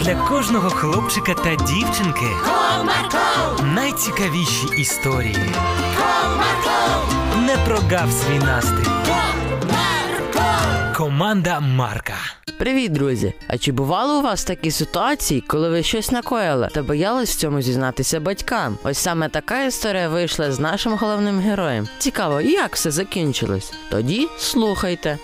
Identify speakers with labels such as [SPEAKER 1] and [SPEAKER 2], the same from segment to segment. [SPEAKER 1] для кожного хлопчика та дівчинки
[SPEAKER 2] Comarco,
[SPEAKER 1] найцікавіші історії.
[SPEAKER 2] Comarco,
[SPEAKER 1] Не прогав свій настрій.
[SPEAKER 2] Comarco.
[SPEAKER 1] Команда Марка.
[SPEAKER 3] Привіт, друзі! А чи бувало у вас такі ситуації, коли ви щось накоїли та боялись в цьому зізнатися батькам? Ось саме така історія вийшла з нашим головним героєм. Цікаво, як все закінчилось? Тоді слухайте.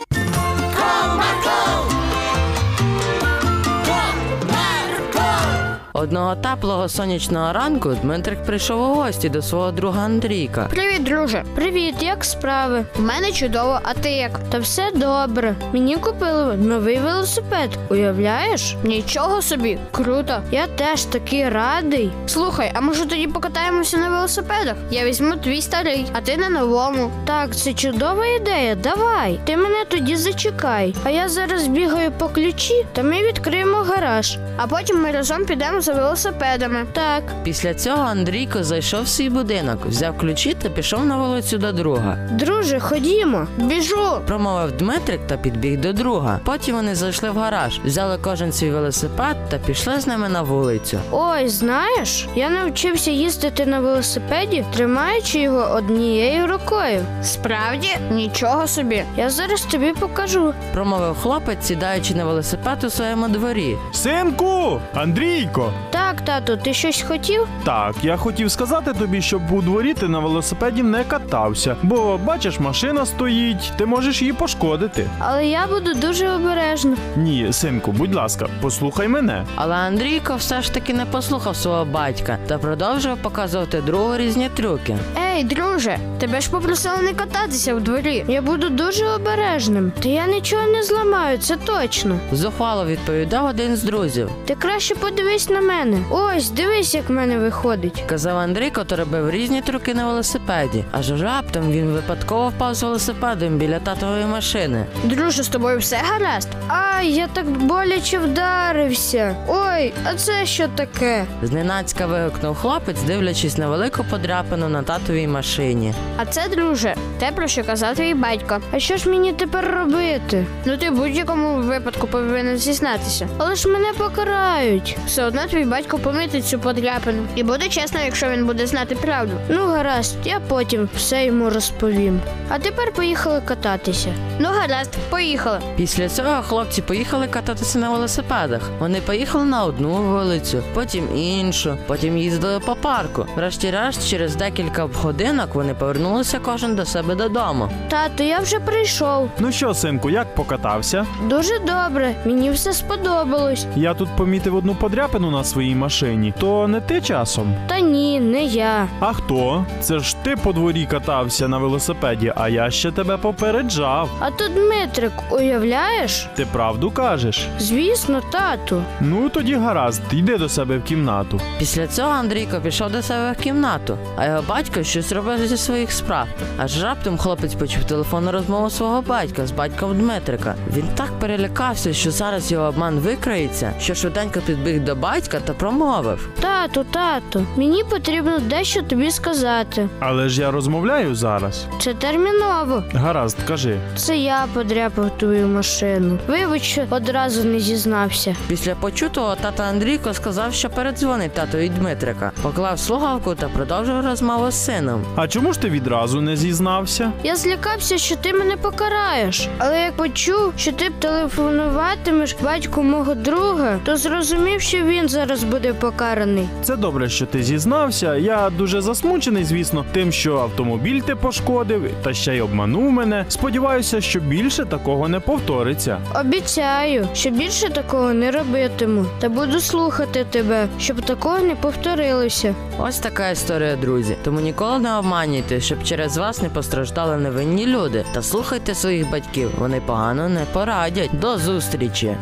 [SPEAKER 3] Одного теплого сонячного ранку Дмитрик прийшов у гості до свого друга Андрійка.
[SPEAKER 4] Привіт, друже. Привіт, як справи? У мене чудово, а ти як? Та все добре. Мені купили новий велосипед. Уявляєш? Нічого собі. Круто. Я теж такий радий. Слухай, а може тоді покатаємося на велосипедах? Я візьму твій старий, а ти на новому. Так, це чудова ідея. Давай. Ти мене тоді зачекай. А я зараз бігаю по ключі, та ми відкриємо гараж. А потім ми разом підемо за велосипедами. Так.
[SPEAKER 3] Після цього Андрійко зайшов в свій будинок, взяв ключі та пішов на вулицю до друга.
[SPEAKER 4] Друже, ходімо. Біжу.
[SPEAKER 3] Промовив Дмитрик та підбіг до друга. Потім вони зайшли в гараж, взяли кожен свій велосипед та пішли з ними на вулицю.
[SPEAKER 4] Ой, знаєш, я навчився їздити на велосипеді, тримаючи його однією рукою. Справді, нічого собі. Я зараз тобі покажу.
[SPEAKER 3] Промовив хлопець, сідаючи на велосипед у своєму дворі.
[SPEAKER 5] Синку, Андрійко.
[SPEAKER 4] Так, тату, ти щось хотів?
[SPEAKER 5] Так, я хотів сказати тобі, щоб у дворі ти на велосипеді не катався, бо бачиш, машина стоїть, ти можеш її пошкодити.
[SPEAKER 4] Але я буду дуже обережна.
[SPEAKER 5] Ні, синку, будь ласка, послухай мене.
[SPEAKER 3] Але Андрійко все ж таки не послухав свого батька та продовжував показувати другу різні трюки.
[SPEAKER 4] Ей, друже, тебе ж попросили не кататися в дворі. Я буду дуже обережним. Та я нічого не зламаю, це точно.
[SPEAKER 3] Зухвало відповідав один з друзів.
[SPEAKER 4] Ти краще подивись на мене. Ось, дивись, як в мене виходить.
[SPEAKER 3] Казав Андрійко та робив різні трюки на велосипеді. Аж раптом він випадково впав з велосипедом біля татової машини.
[SPEAKER 4] Друже, з тобою все гаразд? Ай, я так боляче вдарився. Ой, а це що таке?
[SPEAKER 3] Зненацька вигукнув хлопець, дивлячись на велику подряпину на татовій машині.
[SPEAKER 4] А це, друже, те про що казав твій батько. А що ж мені тепер робити? Ну ти в будь-якому випадку повинен зізнатися. Але ж мене покарають. Все одно твій батько помітить цю подряпину. І буде чесно, якщо він буде знати правду. Ну гаразд, я потім все йому розповім. А тепер поїхали кататися. Ну гаразд, поїхали.
[SPEAKER 3] Після цього хлопці поїхали кататися на велосипедах. Вони поїхали на одну вулицю, потім іншу, потім їздили по парку. Врешті-решт, через декілька годинок вони повернулися кожен до себе додому.
[SPEAKER 4] Тату, я вже прийшов.
[SPEAKER 5] Ну що, синку, як покатався?
[SPEAKER 4] Дуже добре, мені все сподобалось.
[SPEAKER 5] Я тут помітив одну подряпину на своїй машині. То не ти часом?
[SPEAKER 4] Та ні, не я.
[SPEAKER 5] А хто? Це ж ти по дворі катався на велосипеді, а я ще тебе попереджав.
[SPEAKER 4] А то Дмитрик, уявляєш?
[SPEAKER 5] Ти правду кажеш?
[SPEAKER 4] Звісно, тату.
[SPEAKER 5] Ну тоді гаразд, йди до себе в кімнату.
[SPEAKER 3] Після цього Андрійко пішов до себе в кімнату, а його батько щось робив зі своїх справ. Аж раптом хлопець почув телефонну розмову свого батька з батьком Дмитрика. Він так перелякався, що зараз його обман викриється, що швиденько підбіг до батька та промовив.
[SPEAKER 4] Тату, тату, мені потрібно дещо тобі сказати.
[SPEAKER 5] Але ж я розмовляю зараз.
[SPEAKER 4] Це терміново.
[SPEAKER 5] Гаразд, кажи.
[SPEAKER 4] Це я подряпав твою машину. Вибач, що одразу не зізнався.
[SPEAKER 3] Після почутого тата Андрійко сказав, що передзвонить татові Дмитрика, поклав слухавку та продовжив розмову з сином.
[SPEAKER 5] А чому ж ти відразу не зізнався?
[SPEAKER 4] Я злякався, що ти мене покараєш. Але як почув, що ти телефонуватимеш батьку мого друга, то зрозумів, що він зараз буде покараний.
[SPEAKER 5] Це добре, що ти зізнався. Я дуже засмучений, звісно, тим, що автомобіль ти пошкодив та ще й обманув мене. Сподіваюся, що більше такого не повториться.
[SPEAKER 4] Обіцяю, що більше такого не робитиму, та буду слухати тебе, щоб такого не повторилося.
[SPEAKER 3] Ось така історія, друзі. Тому ніколи не обманюйте, щоб через вас не постраждали невинні люди. Та слухайте своїх батьків, вони погано не порадять. До зустрічі!